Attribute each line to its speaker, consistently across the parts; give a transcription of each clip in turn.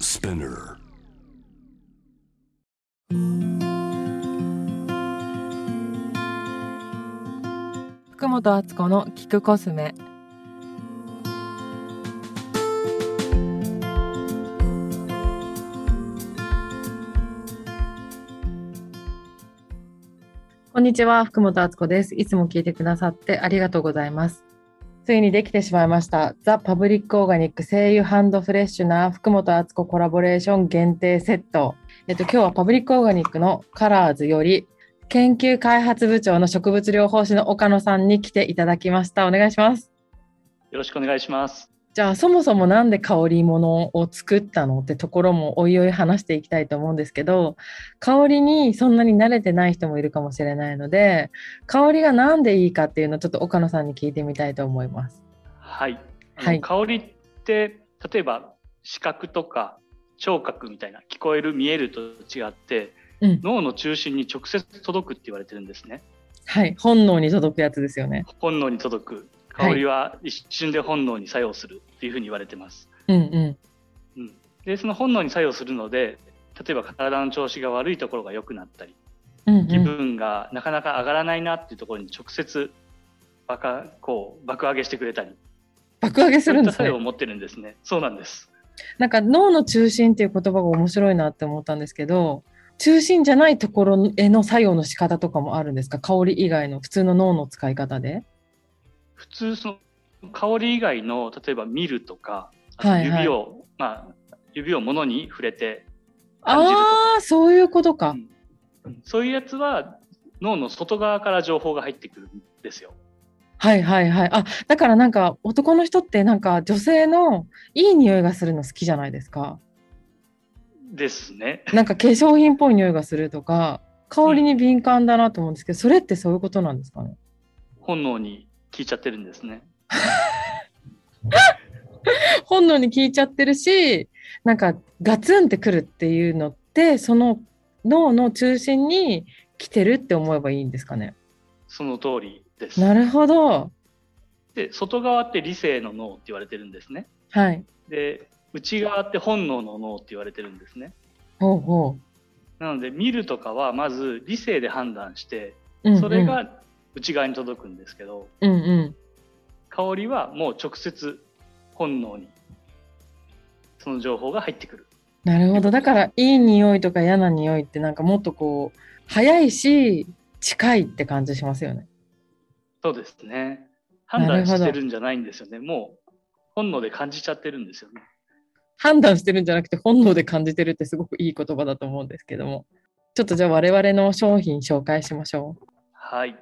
Speaker 1: Spinner.
Speaker 2: 福本敦子の聞くコスメこんにちは福本敦子ですいつも聞いてくださってありがとうございますついにできてしまいましたザ・パブリック・オーガニック声優ハンドフレッシュな福本敦子コラボレーション限定セットえっと今日はパブリック・オーガニックのカラーズより研究開発部長の植物療法士の岡野さんに来ていただきました。お願いします。
Speaker 3: よろしくお願いします。
Speaker 2: じゃあそもそもなんで香り物を作ったのってところもおいおい話していきたいと思うんですけど香りにそんなに慣れてない人もいるかもしれないので香りがなんでいいかっていうのをちょっと岡野さんに聞いてみたいと思います。
Speaker 3: はい。あの
Speaker 2: はい
Speaker 3: 香りって例えば視覚とか聴覚みたいな聞こえる見えると違って
Speaker 2: うん、
Speaker 3: 脳の中心に直接届くって言われてるんですね。
Speaker 2: はい本能に届くやつですよね。
Speaker 3: 本能に届く
Speaker 2: はい
Speaker 3: 香りは一瞬で本能に作用するっていうふうに言われてます。
Speaker 2: うんう
Speaker 3: うん、でその本能に作用するので例えば体の調子が悪いところが良くなったり
Speaker 2: んうん
Speaker 3: 気
Speaker 2: うん
Speaker 3: 分がなかなか上がらないなっていうところに直接爆上こう爆上げしてくれたり
Speaker 2: 爆上げす
Speaker 3: そうい
Speaker 2: る
Speaker 3: っ
Speaker 2: ん
Speaker 3: た
Speaker 2: です
Speaker 3: 作用を
Speaker 2: ね。
Speaker 3: 持ってるんですね。そうなんです。
Speaker 2: なんか脳の中心っていう言葉が面白いなって思ったんですけど中心じゃないところへの作用の仕方とかもあるんですか香り以外の普通の脳の使い方で。
Speaker 3: 普通その香り以外の例えば見るとかあ
Speaker 2: は
Speaker 3: と
Speaker 2: いはい
Speaker 3: 指を、まあ、指を物に触れて感じるとか
Speaker 2: ああーそういうことか。
Speaker 3: そういうやつは脳の外側から情報が入ってくるんですよ。
Speaker 2: はいはいはい。あだからなんか男の人ってなんか女性のいい匂いがするの好きじゃないですか。
Speaker 3: ですね。
Speaker 2: なんか化粧品っぽい匂いがするとか香りに敏感だなと思うんですけど、それってそういうことなんですかね。
Speaker 3: 本能に聞いちゃってるんですね。
Speaker 2: 本能に聞いちゃってるしなんかガツンってくるっていうのってその脳の中心に来てるって思えばいいんですかね。
Speaker 3: その通りです。
Speaker 2: なるほど。
Speaker 3: で外側って理性の脳って言われてるんですね。
Speaker 2: はい。
Speaker 3: で内側って本能の脳って言われてるんですね。
Speaker 2: ほうほ
Speaker 3: なので見るとかはまず理性で判断して
Speaker 2: う。うんうん
Speaker 3: それ。が内側に届くんですけど、
Speaker 2: うんうん。
Speaker 3: 香りはもう直接本能にその情報が入ってくる
Speaker 2: なるほど。だからいい匂いとか嫌な匂いってなんかもっとこう早いし近いって感じしますよね。
Speaker 3: そうですね判
Speaker 2: なるほど
Speaker 3: 断してるんじゃないんですよねもう本能で感じちゃってるんですよね
Speaker 2: 判断してるんじゃなくて本能で感じてるってすごくいい言葉だと思うんですけども。ちょっとじゃあ我々の商品紹介しましょう。
Speaker 3: はい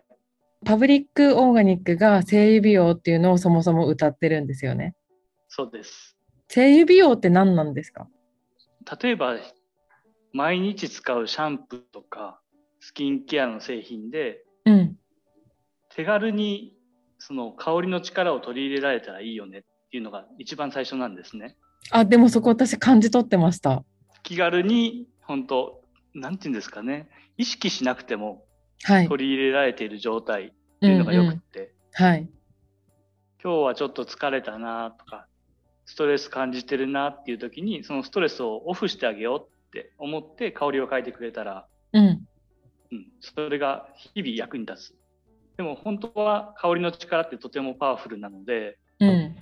Speaker 2: パブリックオーガニックが声優美容っていうのをそもそも歌ってるんですよね。
Speaker 3: そうです
Speaker 2: 声優美容って何なんですか
Speaker 3: 例えば毎日使うシャンプーとかスキンケアの製品で
Speaker 2: うん。
Speaker 3: 手軽にその香りの力を取り入れられたらいいよねっていうのが一番最初なんですね
Speaker 2: あ、でもそこ私感じ取ってました。
Speaker 3: 気軽に本当なんて言うんですかね意識しなくても
Speaker 2: はい。
Speaker 3: 取り入れられている状態って
Speaker 2: うん
Speaker 3: いう
Speaker 2: う
Speaker 3: のがよくっ
Speaker 2: ん
Speaker 3: て、
Speaker 2: はい。
Speaker 3: 今日はちょっと疲れたなとかストレス感じてるなっていう時にそのストレスをオフしてあげようって思って香りを変えてくれたら、
Speaker 2: うん。
Speaker 3: うん、それが日々役に立つでも本当は香りの力ってとてもパワフルなので
Speaker 2: うん。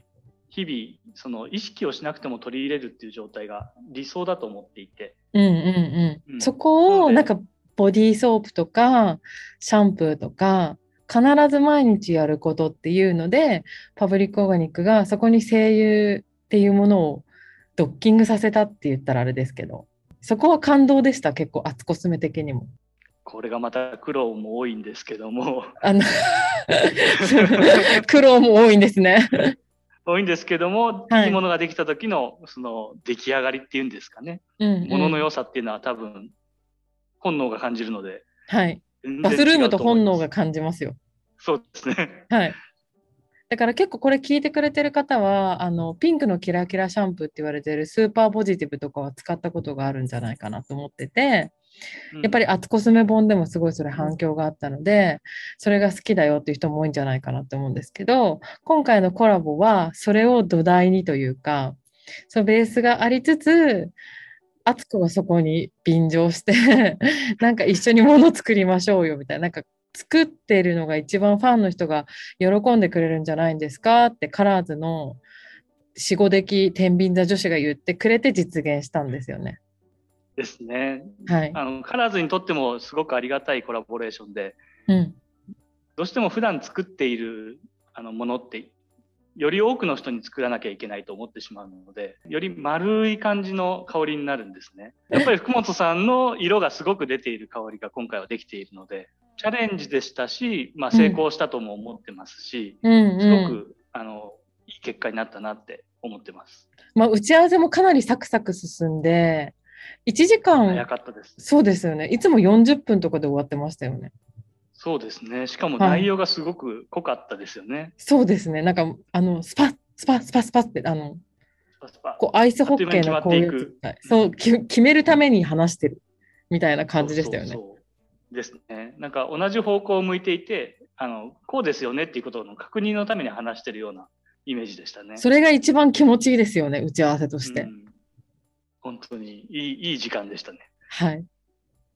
Speaker 3: 日々その意識をしなくても取り入れるっていう状態が理想だと思っていて
Speaker 2: うんうんう。
Speaker 3: うんん
Speaker 2: そこを
Speaker 3: な
Speaker 2: な
Speaker 3: の
Speaker 2: ん
Speaker 3: で
Speaker 2: かボディーソープとかシャンプーとか必ず毎日やることっていうのでパブリックオーガニックがそこに声優っていうものをドッキングさせたって言ったらあれですけどそこは感動でした結構厚コスメ的にも。
Speaker 3: これがまた苦労も多いんですけ ども
Speaker 2: あの苦労も多いんですね。
Speaker 3: 多いんですけども、
Speaker 2: はい
Speaker 3: い、いものができた時のその出来上がりっていうんですかね
Speaker 2: うんうん
Speaker 3: ものの良さっていうのは多分本能が感じるので
Speaker 2: はい。
Speaker 3: 全
Speaker 2: バ
Speaker 3: 然
Speaker 2: スルームと本能が
Speaker 3: 違う思います
Speaker 2: 感じますよ。
Speaker 3: そうですね
Speaker 2: はい。だから結構これ聞いてくれてる方はあのピンクのキラキラシャンプーって言われてるスーパーポジティブとかは使ったことがあるんじゃないかなと思っててやっぱ
Speaker 3: り
Speaker 2: りアツコスメ本でもすごいそれ反響があったのでそれが好きだよっていう人も多いんじゃないかなと思うんですけど今回のコラボはそれを土台にというかそのベースがありつつ敦子がそこに便乗して なんか一緒にもの作りましょうよみたいななんか作ってるのが一番ファンの人が喜んでくれるんじゃないんですかってカラーズの45出来天秤座女子が言ってくれて実現したんですよね。
Speaker 3: ですね。
Speaker 2: はい、
Speaker 3: あのカラーズにとってもすごくありがたいコラボレーションで
Speaker 2: うん
Speaker 3: どうしても普段作っているあのものってより多くの人に作らなきゃいけないと思ってしまうのでより丸い感じの香りになるんですねやっぱり福本さんの色がすごく出ている香りが今回はできているのでチャレンジでしたし、まあ、成功したとも思ってますし、
Speaker 2: うん
Speaker 3: す
Speaker 2: う
Speaker 3: ご
Speaker 2: ん
Speaker 3: くあのいい結果になったなって思ってます
Speaker 2: まあ、打ち合わせもかなりサクサク進んで1時間
Speaker 3: 早かったです
Speaker 2: そうですよねいつも40分とかで終わってましたよね。
Speaker 3: そうですねしかも
Speaker 2: はい
Speaker 3: 内容がすごく濃かったですよね、
Speaker 2: そうですねなんかあのスパッスパッスパッスパッってあの
Speaker 3: パスパ
Speaker 2: こうアイスホッケーのこういうやつみたいそうき決めるために話してるみたいな感じでしたよね
Speaker 3: そう。そうそうですね。なんか同じ方向を向いていて、あのこうですよねっていうことの確認のために話してるようなイメージでしたね。
Speaker 2: それが一番気持ちいいですよね打ち合わせとして。
Speaker 3: うん本当にいいいい時間でしたね。
Speaker 2: はい。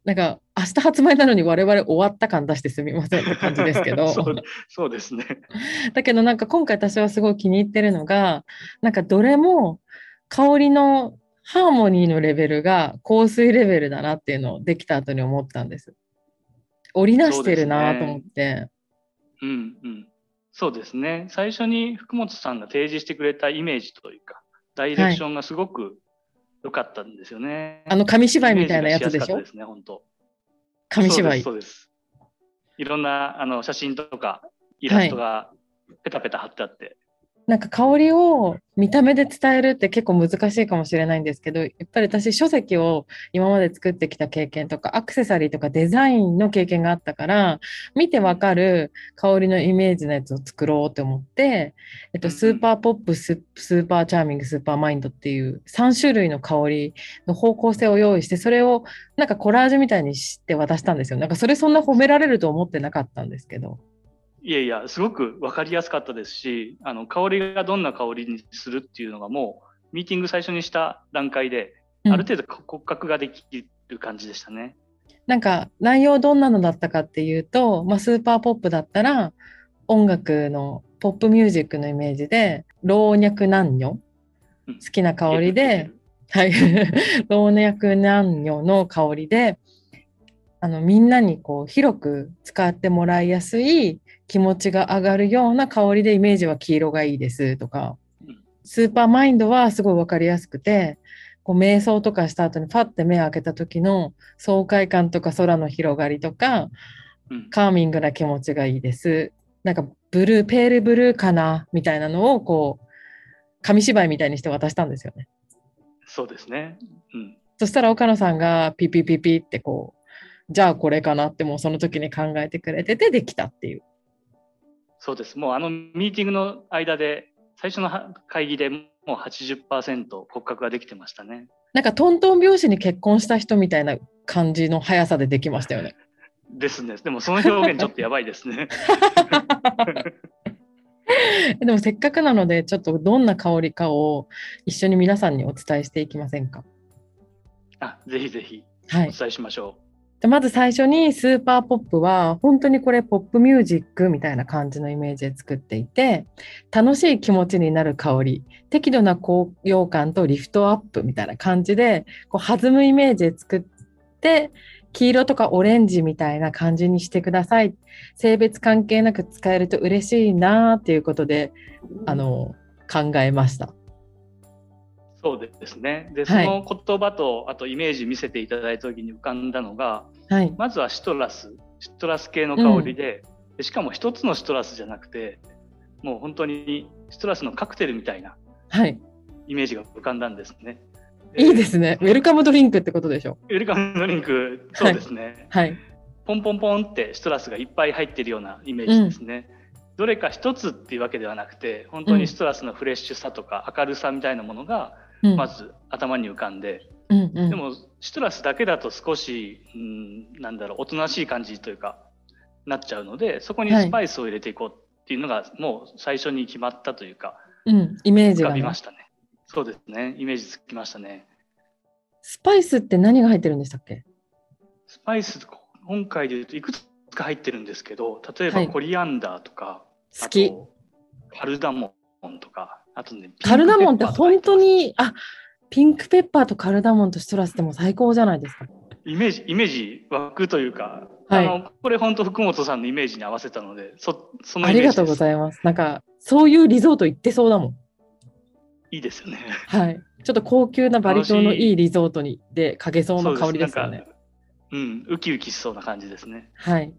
Speaker 2: なんか明日発売なのに我々終わった感出してすみませんって感じですけど
Speaker 3: そうそうですね。
Speaker 2: だけどなんか今回私はすごい気に入ってるのがなんかどれも香りのハーモニーのレベルが香水レベルだなっていうのをできた後に思ったんです。織りなしてるなと思って。
Speaker 3: うんうん。そうですね。最初に福本さんが提示してくれたイメージというか、ダイレクションがすごく良かったんですよね。
Speaker 2: あの紙芝居みたいなやつでし
Speaker 3: イメージがやすかった
Speaker 2: ょ
Speaker 3: ですね、本当。
Speaker 2: 紙芝居
Speaker 3: そうですそうですいろんなあの写真とかイラストがペタペタ貼ってあって、
Speaker 2: なんか香りを見た目で伝えるって結構難しいかもしれないんですけどやっぱり私書籍を今まで作ってきた経験とかアクセサリーとかデザインの経験があったから見てわかる香りのイメージのやつを作ろうと思って、えっと、
Speaker 3: うん
Speaker 2: スーパーポップススーパーチャーミングスーパーマインドっていう3種類の香りの方向性を用意してそれをなんかコラージュみたいにして渡したんですよなんかそれそんな褒められると思ってなかったんですけど。
Speaker 3: いやいやすごく分かりやすかったですしあの香りがどんな香りにするっていうのがもうミーティング最初にした段階で、
Speaker 2: うん
Speaker 3: ある程度骨格ができる感じでしたね。
Speaker 2: なんか内容どんなのだったかっていうと、まあ、スーパーポップだったら音楽のポップミュージックのイメージで老若男女
Speaker 3: うん
Speaker 2: 好きな香り
Speaker 3: いけ
Speaker 2: で
Speaker 3: る、
Speaker 2: はい、 老若男女の香りであのみんなにこう広く使ってもらいやすい気持ちが上がるような香りでイメージは黄色がいいですとか
Speaker 3: うん
Speaker 2: スーパーマインドはすごい分かりやすくてこう瞑想とかした後にパッて目を開けた時の爽快感とか空の広がりとか
Speaker 3: いけるうん
Speaker 2: カーミングな気持ちがいいですなんかブルーペールブルーかなみたいなのをこう紙芝居みたいにして渡したんですよね。
Speaker 3: そうですね、うん、
Speaker 2: そしたら岡野さんがピピピピってこう、じゃあこれかなってもうその時に考えてくれててできたっていう。
Speaker 3: そうですもうあのミーティングの間で最初のは会議でもう80%骨格ができてましたね。
Speaker 2: なんかトントン拍子に結婚した人みたいな感じの速さでできましたよね。
Speaker 3: ですね。でもその表現ちょっとやばいですね。
Speaker 2: でもせっかくなのでちょっとどんな香りかを一緒に皆さんにお伝えしていきませんか。
Speaker 3: あぜひぜひ
Speaker 2: は
Speaker 3: お
Speaker 2: い、
Speaker 3: 伝えしましょ
Speaker 2: でまず最初にスーパーポップは本当にこれポップミュージックみたいな感じのイメージで作っていて楽しい気持ちになる香り適度な高揚感とリフトアップみたいな感じでこう弾むイメージで作って黄色とかオレンジみたいな感じにしてください性別関係なく使えると嬉しいなっていうことであの考えました
Speaker 3: う。そうですね。で、そ
Speaker 2: はい
Speaker 3: の言葉と、あとイメージ見せていただいた時に浮かんだのが、
Speaker 2: はい
Speaker 3: まずはシトラス、シトラス系の香りで、でしかも一つのシトラスじゃなくて、もう本当にシトラスのカクテルみたいな
Speaker 2: はい
Speaker 3: イメージが浮かんだんですね。
Speaker 2: いいですねウェルカムドリンクってことでしょ
Speaker 3: ウェルカムドリンク、そうですね。
Speaker 2: はい
Speaker 3: ポンポンポンってシトラスがいっぱい入ってるようなイメージですね。どれか一つっていうわけではなくて、本当にシトラスのフレッシュさとか明るさみたいなものが、
Speaker 2: うん
Speaker 3: まず頭に浮かんで、
Speaker 2: うんうん
Speaker 3: でもシトラスだけだと少し、うん、なんだろうおとなしい感じというかなっちゃうのでそこに
Speaker 2: はい
Speaker 3: スパイスを入れていこうっていうのがもう最初に決まったというか
Speaker 2: うんイメージ
Speaker 3: 浮か
Speaker 2: が
Speaker 3: び
Speaker 2: ね
Speaker 3: ましたね。そうですね。イメージつきましたね。
Speaker 2: スパイスって何が入ってるんでしたっけ
Speaker 3: スパイス、今回で言うといくつか入ってるんですけど、例え
Speaker 2: は
Speaker 3: ば
Speaker 2: い
Speaker 3: コリアンダーとか、
Speaker 2: 好き
Speaker 3: あとカルダモンとか、あとね、
Speaker 2: カルダモンって
Speaker 3: ピクペッパーと
Speaker 2: 本
Speaker 3: か入てます
Speaker 2: 当に、あピンクペッパーとカルダモンとシトラスってもう最高じゃないですか。
Speaker 3: イメージ、イメージ湧くというか、
Speaker 2: はい
Speaker 3: あの、これ本当福本さんのイメージに合わせたので、そ、その
Speaker 2: あ
Speaker 3: イメ
Speaker 2: り
Speaker 3: ージで
Speaker 2: がと
Speaker 3: す。
Speaker 2: うございます。なんか、そういうリゾート行ってそうだもん。
Speaker 3: いいですよね。
Speaker 2: はい。ちょっと高級なバリ島の
Speaker 3: 楽しい
Speaker 2: いいリゾートにでかけそうな香りですよ
Speaker 3: そう
Speaker 2: ね
Speaker 3: なん。かうん、ウキウキしそうな感じですね。
Speaker 2: はい。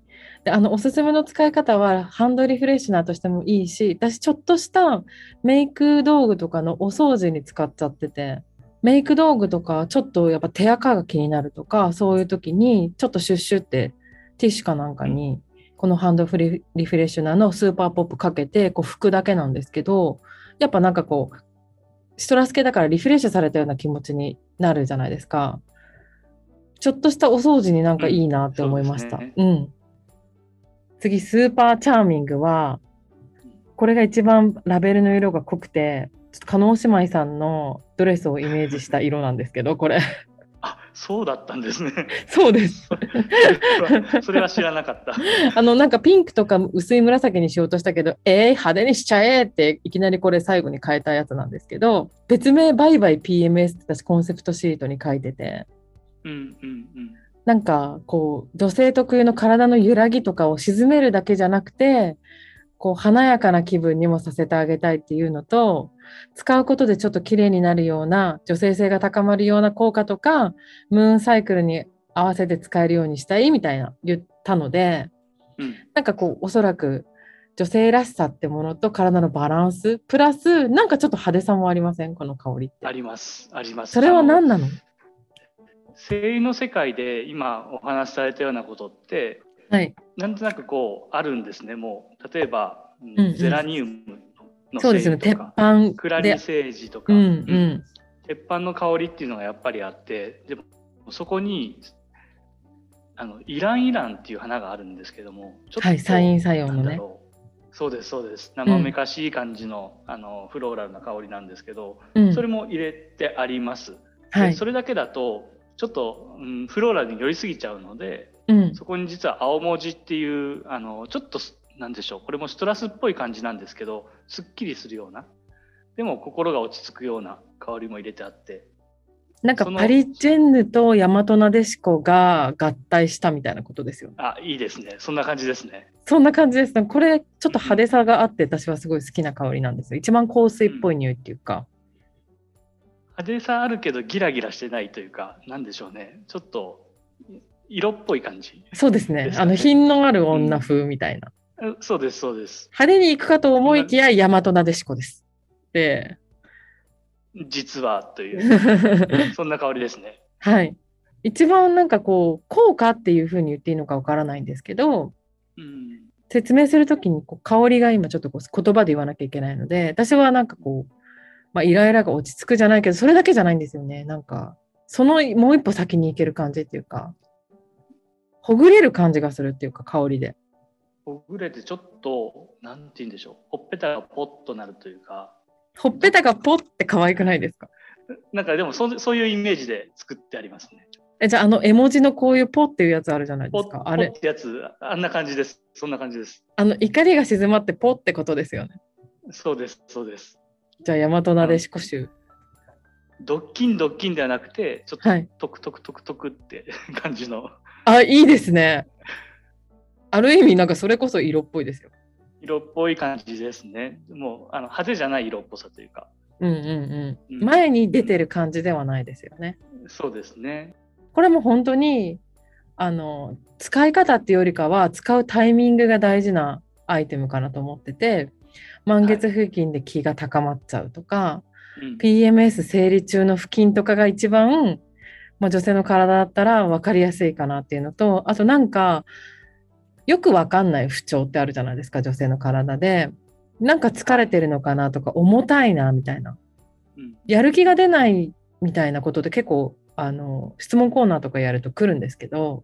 Speaker 2: で、あの、おすすめの使い方は、ハンドリフレッシュナーとしてもいいし、私、ちょっとしたメイク道具とかのお掃除に使っちゃってて、メイク道具とか、ちょっとやっぱ手垢が気になるとか、そういう時に、ちょっとシュッシュって、ティッシュかなんかに、このハンドフリリフレッシュナーのスーパーポップかけて、こう拭くだけなんですけど、やっぱなんかこう、シトラス系だからリフレッシュされたような気持ちになるじゃないですか。ちょっとしたお掃除になんかいいなって思いました。
Speaker 3: うんそうです
Speaker 2: うん。次、スーパーチャーミングは、これが一番ラベルの色が濃くて、ちょっと加納姉妹さんのドレスをイメージした色なんですけど、これ。
Speaker 3: あ、そうだったんですね。
Speaker 2: そうです。
Speaker 3: それは知らなかった。
Speaker 2: あの、なんかピンクとか薄い紫にしようとしたけど、えー、派手にしちゃえって、いきなりこれ最後に変えたやつなんですけど、別名バイバイ PMS って私コンセプトシートに書いてて、
Speaker 3: うんうんうん。
Speaker 2: なんかこう、女性特有の体の揺らぎとかを沈めるだけじゃなくて、こう華やかな気分にもさせてあげたいっていうのと使うことでちょっと綺麗になるような女性性が高まるような効果とかムーンサイクルに合わせて使えるようにしたいみたいな言ったので
Speaker 3: うん、
Speaker 2: なんかこうおそらく女性らしさってものと体のバランスプラスなんかちょっと派手さもありませんこの香りって
Speaker 3: あります、あります。
Speaker 2: それは
Speaker 3: あ
Speaker 2: 何
Speaker 3: の
Speaker 2: なの
Speaker 3: 声優の世界で今お話しされたようなことって、
Speaker 2: はい
Speaker 3: なんとなくこうあるんですね。もう例えば、うん
Speaker 2: うんうん
Speaker 3: ゼラニウムの
Speaker 2: そう
Speaker 3: 精
Speaker 2: ですよね鉄
Speaker 3: 油とか、
Speaker 2: 板
Speaker 3: クラリ
Speaker 2: で
Speaker 3: セージとか、
Speaker 2: うんう
Speaker 3: うん
Speaker 2: ん
Speaker 3: 鉄板の香りっていうのがやっぱりあって、でもそこにあのイランイランっていう花があるんですけども、ちょっと
Speaker 2: はい三陰作用
Speaker 3: な
Speaker 2: の
Speaker 3: んだ
Speaker 2: ね
Speaker 3: ろう。そうですそうです。生めかしい感じの、あのフローラルな香りなんですけど、
Speaker 2: うん
Speaker 3: それも入れてあります。
Speaker 2: は
Speaker 3: で
Speaker 2: い
Speaker 3: それだけだとちょっと、うん、フローラルに寄りすぎちゃうので
Speaker 2: うん
Speaker 3: そこに実は青文字っていうあのちょっとすなんでしょうこれもシトラスっぽい感じなんですけどすっきりするようなでも心が落ち着くような香りも入れてあって
Speaker 2: なんか
Speaker 3: その
Speaker 2: パリジェンヌと大和なでしこが合体したみたいなことですよね。
Speaker 3: あいいですねそんな感じですね
Speaker 2: そんな感じですね。これちょっと派手さがあって私はすごい好きな香りなんですよ。一番香水っぽい匂いっていうか。
Speaker 3: 派手さあるけどギラギラしてないというかなんでしょうねちょっと色っぽい感じ
Speaker 2: そうですね。
Speaker 3: ですね
Speaker 2: あの品のある女風みたいな。
Speaker 3: うんそうですそうです
Speaker 2: 派手に行くかと思いきや大和なでしこです。で、
Speaker 3: 実はと いうそんな香りですね
Speaker 2: はい。一番なんかこう効果っていう風に言っていいのかわからないんですけど、
Speaker 3: うん
Speaker 2: 説明するときにこう香りが今ちょっとこう言葉で言わなきゃいけないので私はなんかこう、まあ、イライラが落ち着くじゃないけどそれだけじゃないんですよねなんかそのもう一歩先に行ける感じっていうかほぐれる感じがするっていうか香りで
Speaker 3: ほぐれてちょっと、なんて言うんでしょう、ほっぺたがポッとなるというか、
Speaker 2: ほっぺたがポッて可愛くないですか
Speaker 3: なんかでもそそういうイメージで作ってありますね。
Speaker 2: えじゃああの絵文字のこういうポッていうやつあるじゃない
Speaker 3: ポ
Speaker 2: です
Speaker 3: ッポ
Speaker 2: か
Speaker 3: ッ
Speaker 2: あれ
Speaker 3: ってやつ、あんな感じです。そんな感じです。
Speaker 2: あの怒りが静まってポッってことですよね
Speaker 3: そうです、そうです。
Speaker 2: じゃあ大和なでしこ臭
Speaker 3: ドッキンドッキンではなくて、ちょっと
Speaker 2: はい
Speaker 3: トクトクトクトクって感じの
Speaker 2: あいいですねある意味なんかそれこそ色っぽいですよ
Speaker 3: 色っぽい感じですね。もうあの派手じゃない色っぽさというか。
Speaker 2: うんうんうん
Speaker 3: うん
Speaker 2: 前に出てる感じではないですよね。
Speaker 3: そうですね。
Speaker 2: これも本当にあの使い方っていうよりかは使うタイミングが大事なアイテムかなと思ってて満月付近で気が高まっちゃうとか、
Speaker 3: うん、
Speaker 2: PMS 生理中の付近とかが一番、まあ、女性の体だったら分かりやすいかなっていうのとあとなんかよく分かんない不調ってあるじゃないですか女性の体でなんか疲れてるのかなとか重たいなみたいな。
Speaker 3: うん
Speaker 2: やる気が出ないみたいなことって結構あの質問コーナーとかやると来るんですけど、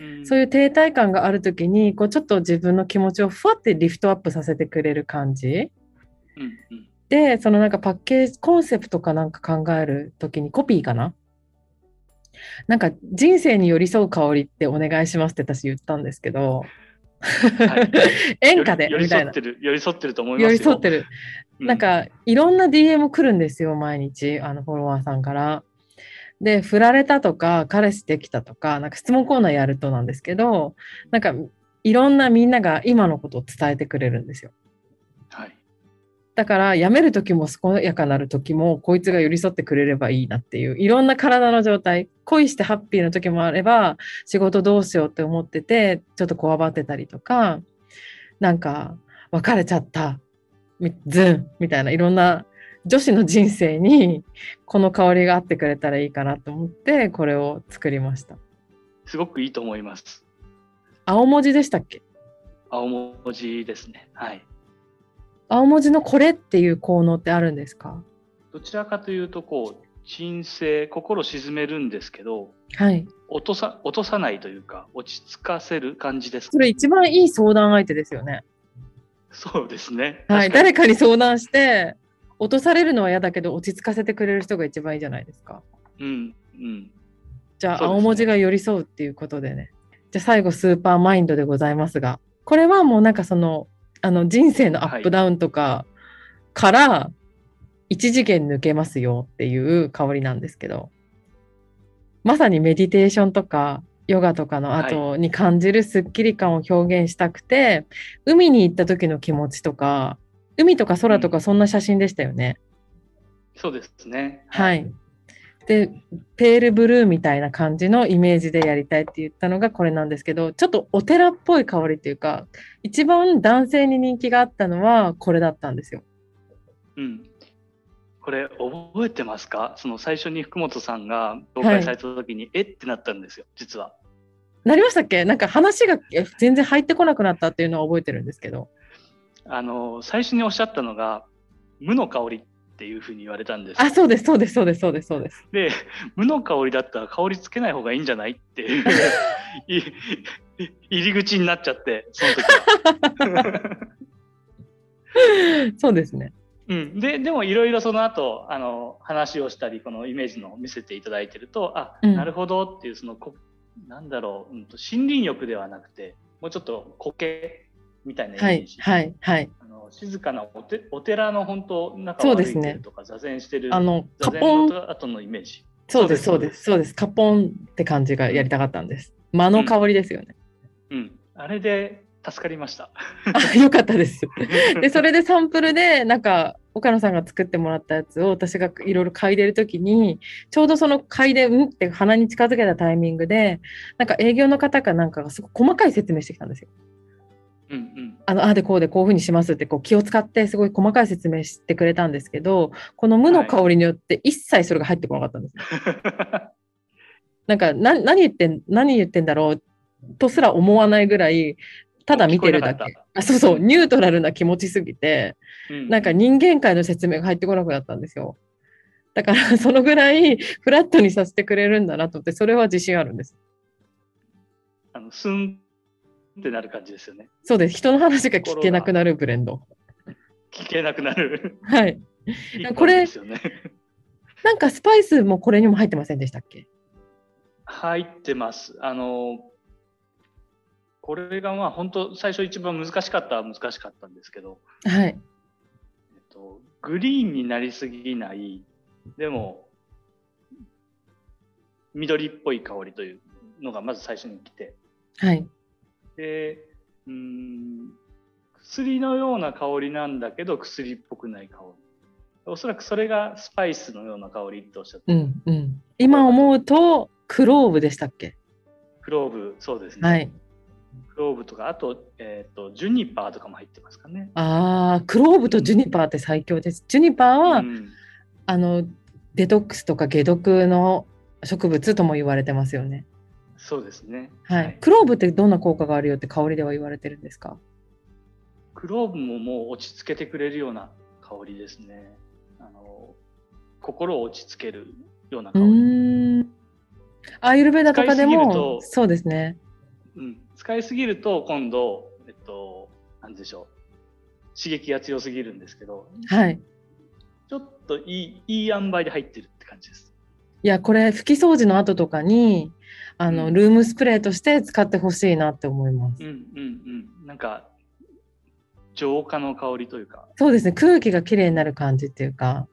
Speaker 3: うん
Speaker 2: そういう停滞感がある時にこうちょっと自分の気持ちをふわってリフトアップさせてくれる感じ
Speaker 3: うんうん
Speaker 2: でそのなんかパッケージコンセプトかなんか考える時にコピーかななんか人生に寄り添う香りってお願いしますって私言ったんですけど、
Speaker 3: い
Speaker 2: 演歌で
Speaker 3: 寄り
Speaker 2: みたい
Speaker 3: 添
Speaker 2: な
Speaker 3: ってる寄り添ってると思いますよ
Speaker 2: 寄り添ってる
Speaker 3: う
Speaker 2: なんかいろんな DM 来るんですよ毎日あのフォロワーさんから。で振られたとか彼氏できたとかなんか質問コーナーやるとなんですけどなんかいろんなみんなが今のことを伝えてくれるんですよ。
Speaker 3: はい、
Speaker 2: だから辞める時も健やかなる時もこいつが寄り添ってくれればいいなっていういろんな体の状態恋してハッピーな時もあれば仕事どうしようって思っててちょっとこわばってたりとかなんか別れちゃったみズンみたいないろんな女子の人生にこの香りがあってくれたらいいかなと思ってこれを作りました
Speaker 3: すごくいいと思います
Speaker 2: 青文字でしたっけ
Speaker 3: 青文字ですねはい
Speaker 2: 青文字のこれっていう効能ってあるんですか
Speaker 3: どちらかというとこう鎮静心沈めるんですけど
Speaker 2: はい
Speaker 3: 落とさ落とさないというか落ち着かせる感じです
Speaker 2: それ一番いい相談相手ですよね
Speaker 3: そうですね
Speaker 2: はい、
Speaker 3: 確かに
Speaker 2: 誰かに相談して落とされるのは嫌だけど落ち着かせてくれる人が一番いいじゃないですか
Speaker 3: うんうん
Speaker 2: じゃあ、
Speaker 3: そうですね
Speaker 2: 青文字が寄り添うっていうことでねじゃあ最後スーパーマインドでございますがこれはもうなんかそのあの人生のアップダウンとかから一次元抜けますよっていう香りなんですけどまさにメディテーションとかヨガとかの後に感じるすっきり感を表現したくて、海に行った時の気持ちとか海とか空とかそんな写真でしたよね。
Speaker 3: そうですね
Speaker 2: はい。で、ペールブルーみたいな感じのイメージでやりたいって言ったのがこれなんですけど、ちょっとお寺っぽい香りというか、一番男性に人気があったのはこれだったんですよ。
Speaker 3: うんこれ覚えてますかその最初に福本さんが紹介された時に、えってなったんですよ実は
Speaker 2: なりましたっけなんか話がえ全然入ってこなくなったっていうのは覚えてるんですけど。
Speaker 3: あの最初におっしゃったのが無の香りっていうふうに言われたんです
Speaker 2: あ、そうです、そうです、そうです、そうです、そうです。
Speaker 3: で無の香りだったら香りつけない方がいいんじゃないっていう いい入り口になっちゃってその時は、
Speaker 2: そうですね。
Speaker 3: うん、ででもいろいろその後あの話をしたりこのイメージのを見せていただいてるとあ、
Speaker 2: うん
Speaker 3: なるほどっていうそのこなんだろう、うんと、森林浴ではなくてもうちょっと苔みたいなイメ
Speaker 2: は
Speaker 3: ー
Speaker 2: い
Speaker 3: ジ、、
Speaker 2: はい、はい。
Speaker 3: あの静かなおてお寺の本当中
Speaker 2: そ
Speaker 3: を
Speaker 2: う
Speaker 3: 歩
Speaker 2: で
Speaker 3: い
Speaker 2: す
Speaker 3: て
Speaker 2: ね
Speaker 3: るとか、座禅してる
Speaker 2: あの、
Speaker 3: 座
Speaker 2: カ
Speaker 3: 禅
Speaker 2: ポン、
Speaker 3: の後のイメージ
Speaker 2: そうです、そ
Speaker 3: そうう
Speaker 2: で
Speaker 3: です
Speaker 2: す、そうです、カポンって感じがやりたかったんです。間の香りですよね。
Speaker 3: うんあれで助かりま した
Speaker 2: あよかったです。 でそれでサンプルでなんか岡野さんが作ってもらったやつを私がいろいろ嗅いでる時にちょうどその嗅いでうんって鼻に近づけたタイミングでなんか営業の方かなんかがすごく細かい説明してきたんですよ。
Speaker 3: うんうん
Speaker 2: あのああでこうでこういうふうにしますってこう気を使ってすごい細かい説明してくれたんですけどこの無の香りによって一切それが入ってこなかったんです。なんかな何言ってん何言ってんだろうとすら思わないぐらいただ見てるだ
Speaker 3: 聞こえ
Speaker 2: け
Speaker 3: なかっ。
Speaker 2: あそうそうニュートラルな気持ちすぎて
Speaker 3: うん
Speaker 2: なんか人間界の説明が入ってこなくなったんですよ。だから そのぐらいフラットにさせてくれるんだなと思ってそれは自信あるんです。
Speaker 3: あのスンってなる感じですよね
Speaker 2: そうです人の話が聞けなくなるブレンド。
Speaker 3: 聞けなくなる
Speaker 2: はい。
Speaker 3: いい
Speaker 2: これ
Speaker 3: 香りですよね
Speaker 2: なんかスパイスもこれにも入ってませんでしたっけ
Speaker 3: 入ってますあのこれがまあ本当最初一番難しかったは難しかったんですけど、
Speaker 2: はい。
Speaker 3: えっと、グリーンになりすぎないでも緑っぽい香りというのがまず最初に来て
Speaker 2: はい。
Speaker 3: でうーん薬のような香りなんだけど薬っぽくない香りおそらくそれがスパイスのような香りっておっしゃって、
Speaker 2: うんうん。今思うとクローブでしたっけ
Speaker 3: クローブそうですね、
Speaker 2: はい。
Speaker 3: クローブとかあと,、えー、とジュニパーとかも入ってますかね
Speaker 2: ああクローブとジュニパーって最強です。ジュニパーは、
Speaker 3: うん
Speaker 2: あのデトックスとか解毒の植物とも言われてますよね。
Speaker 3: そうですね
Speaker 2: はい。クローブってどんな効果があるよって香りでは言われてるんですか
Speaker 3: クローブももう落ち着けてくれるような香りですねあの心を落ち着けるような
Speaker 2: う
Speaker 3: 香り、
Speaker 2: ーん。アーユルベーダとかで
Speaker 3: 使いすぎる
Speaker 2: も
Speaker 3: と
Speaker 2: そうですね。
Speaker 3: うん、使いすぎると今度えっと何でしょう刺激が強すぎるんですけど
Speaker 2: はい。
Speaker 3: ちょっといい、いい塩梅で入ってるって感じです。
Speaker 2: いやこれ拭き掃除の後とかにあの、
Speaker 3: うん
Speaker 2: ルームスプレーとして使ってほしいなって思います、
Speaker 3: うんうんうん。なんか、浄化の香りというか、
Speaker 2: そうですね空気がきれいになる感じっていうか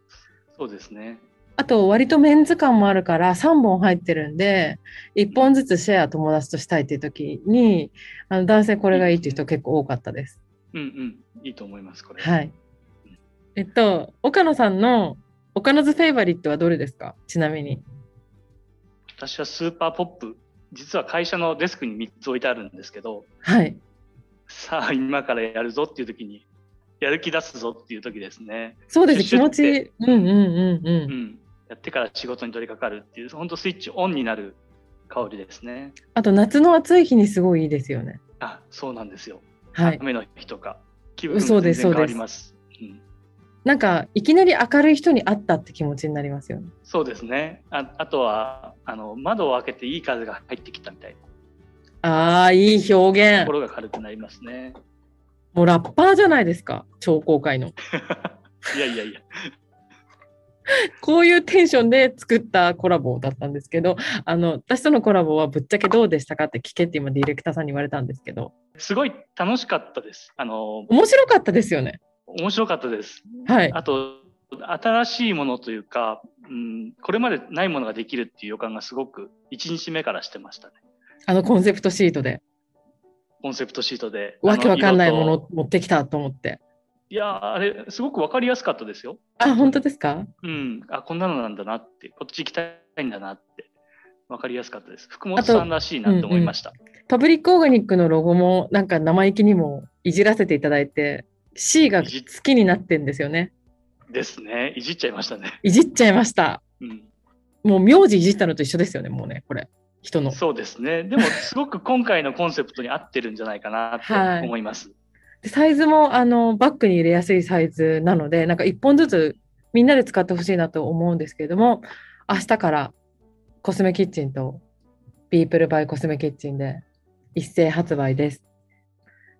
Speaker 3: そうですね。
Speaker 2: あと割とメンズ感もあるから3本入ってるんで1本ずつシェア友達としたいっていう時にあの男性これがいいっていう人結構多かったです。
Speaker 3: うんうん。いいと思います、これ。
Speaker 2: はい、えっと岡野さんの岡野ズフェイバリットはどれですかちなみに。
Speaker 3: 私はスーパーポップ。実は会社のデスクに3つ置いてあるんですけど、
Speaker 2: はい、
Speaker 3: さあ今からやるぞっていう時に、やる気出すぞっていう時ですね。
Speaker 2: そうです
Speaker 3: シ
Speaker 2: 気
Speaker 3: ュ
Speaker 2: 持
Speaker 3: ッ
Speaker 2: ちい
Speaker 3: シュッ
Speaker 2: い。うんうんうんう。
Speaker 3: うんん。やってから仕事に取り掛かるっていう、本当スイッチオンになる香りですね。
Speaker 2: あと夏の暑い日にすごいいいですよね。
Speaker 3: あ、そうなんですよ。
Speaker 2: はい。
Speaker 3: 雨の日とか、気分が
Speaker 2: そうで
Speaker 3: 全
Speaker 2: す
Speaker 3: 然変わります。うん
Speaker 2: なんかいきなり明るい人に会ったって気持ちになりますよね。
Speaker 3: そうですね。ああとはあの窓を開けていい風が入ってきたみたいな
Speaker 2: あ あいい表現。
Speaker 3: 心が軽くなりますね。
Speaker 2: もうラッパーじゃないですか超公開の。
Speaker 3: いやいやいや。
Speaker 2: こういうテンションで作ったコラボだったんですけど、あの、私とのコラボはぶっちゃけどうでしたかって聞けって今ディレクターさんに言われたんですけど、
Speaker 3: すごい楽しかったです。あの
Speaker 2: 面白かったですよね。
Speaker 3: 面白かったです。
Speaker 2: はい。
Speaker 3: あと新しいものというか、うん、これまでないものができるっていう予感がすごく1日目からしてましたね。
Speaker 2: あのコンセプトシートで、
Speaker 3: コンセプトシートで。
Speaker 2: わけわかんないもの
Speaker 3: あ色と
Speaker 2: を持ってきたと思って。
Speaker 3: いや、あれ、すごくわかりやすかったですよ。
Speaker 2: あ、本当ですか
Speaker 3: うん、あこんなのなんだなって、こっち行きたいんだなって、分かりやすかったです。福本さんらしいなって思いました。
Speaker 2: パブリックオーガニックのロゴもなんか生意気にもいじらせていただいて、C が好きになってんですよね。
Speaker 3: ですね、いじっちゃいましたね。
Speaker 2: いじっちゃいました。
Speaker 3: うん、
Speaker 2: もう名字いじったのと一緒ですよね、もうね、これ。人の。
Speaker 3: そうですね、でも、すごく今回のコンセプトに合ってるんじゃないかな
Speaker 2: はい
Speaker 3: と思います。
Speaker 2: でサイズもあのバッグに入れやすいサイズなのでなんか1本ずつみんなで使ってほしいなと思うんですけれども明日からコスメキッチンとビープルバイコスメキッチンで一斉発売です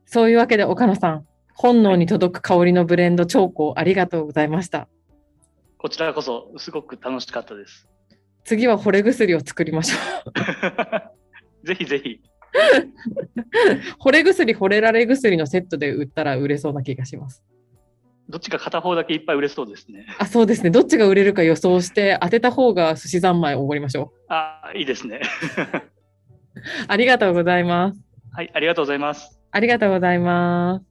Speaker 2: そういうわけで岡野さん本能に届く香りのブレンド超高ありがとうございました
Speaker 3: こちらこそ、すごく楽しかったです。
Speaker 2: 次は惚れ薬を作りましょ
Speaker 3: ぜひぜひ、
Speaker 2: う 惚れ薬惚れられ薬のセットで売ったら売れそうな気がします
Speaker 3: どっちか片方だけいっぱい売れそうですね。
Speaker 2: あそうですねどっちが売れるか予想して当てた方が寿司三昧おごりましょう
Speaker 3: あいいですね。
Speaker 2: ありがとうございます
Speaker 3: はい、ありがとうございます。
Speaker 2: ありがとうございます。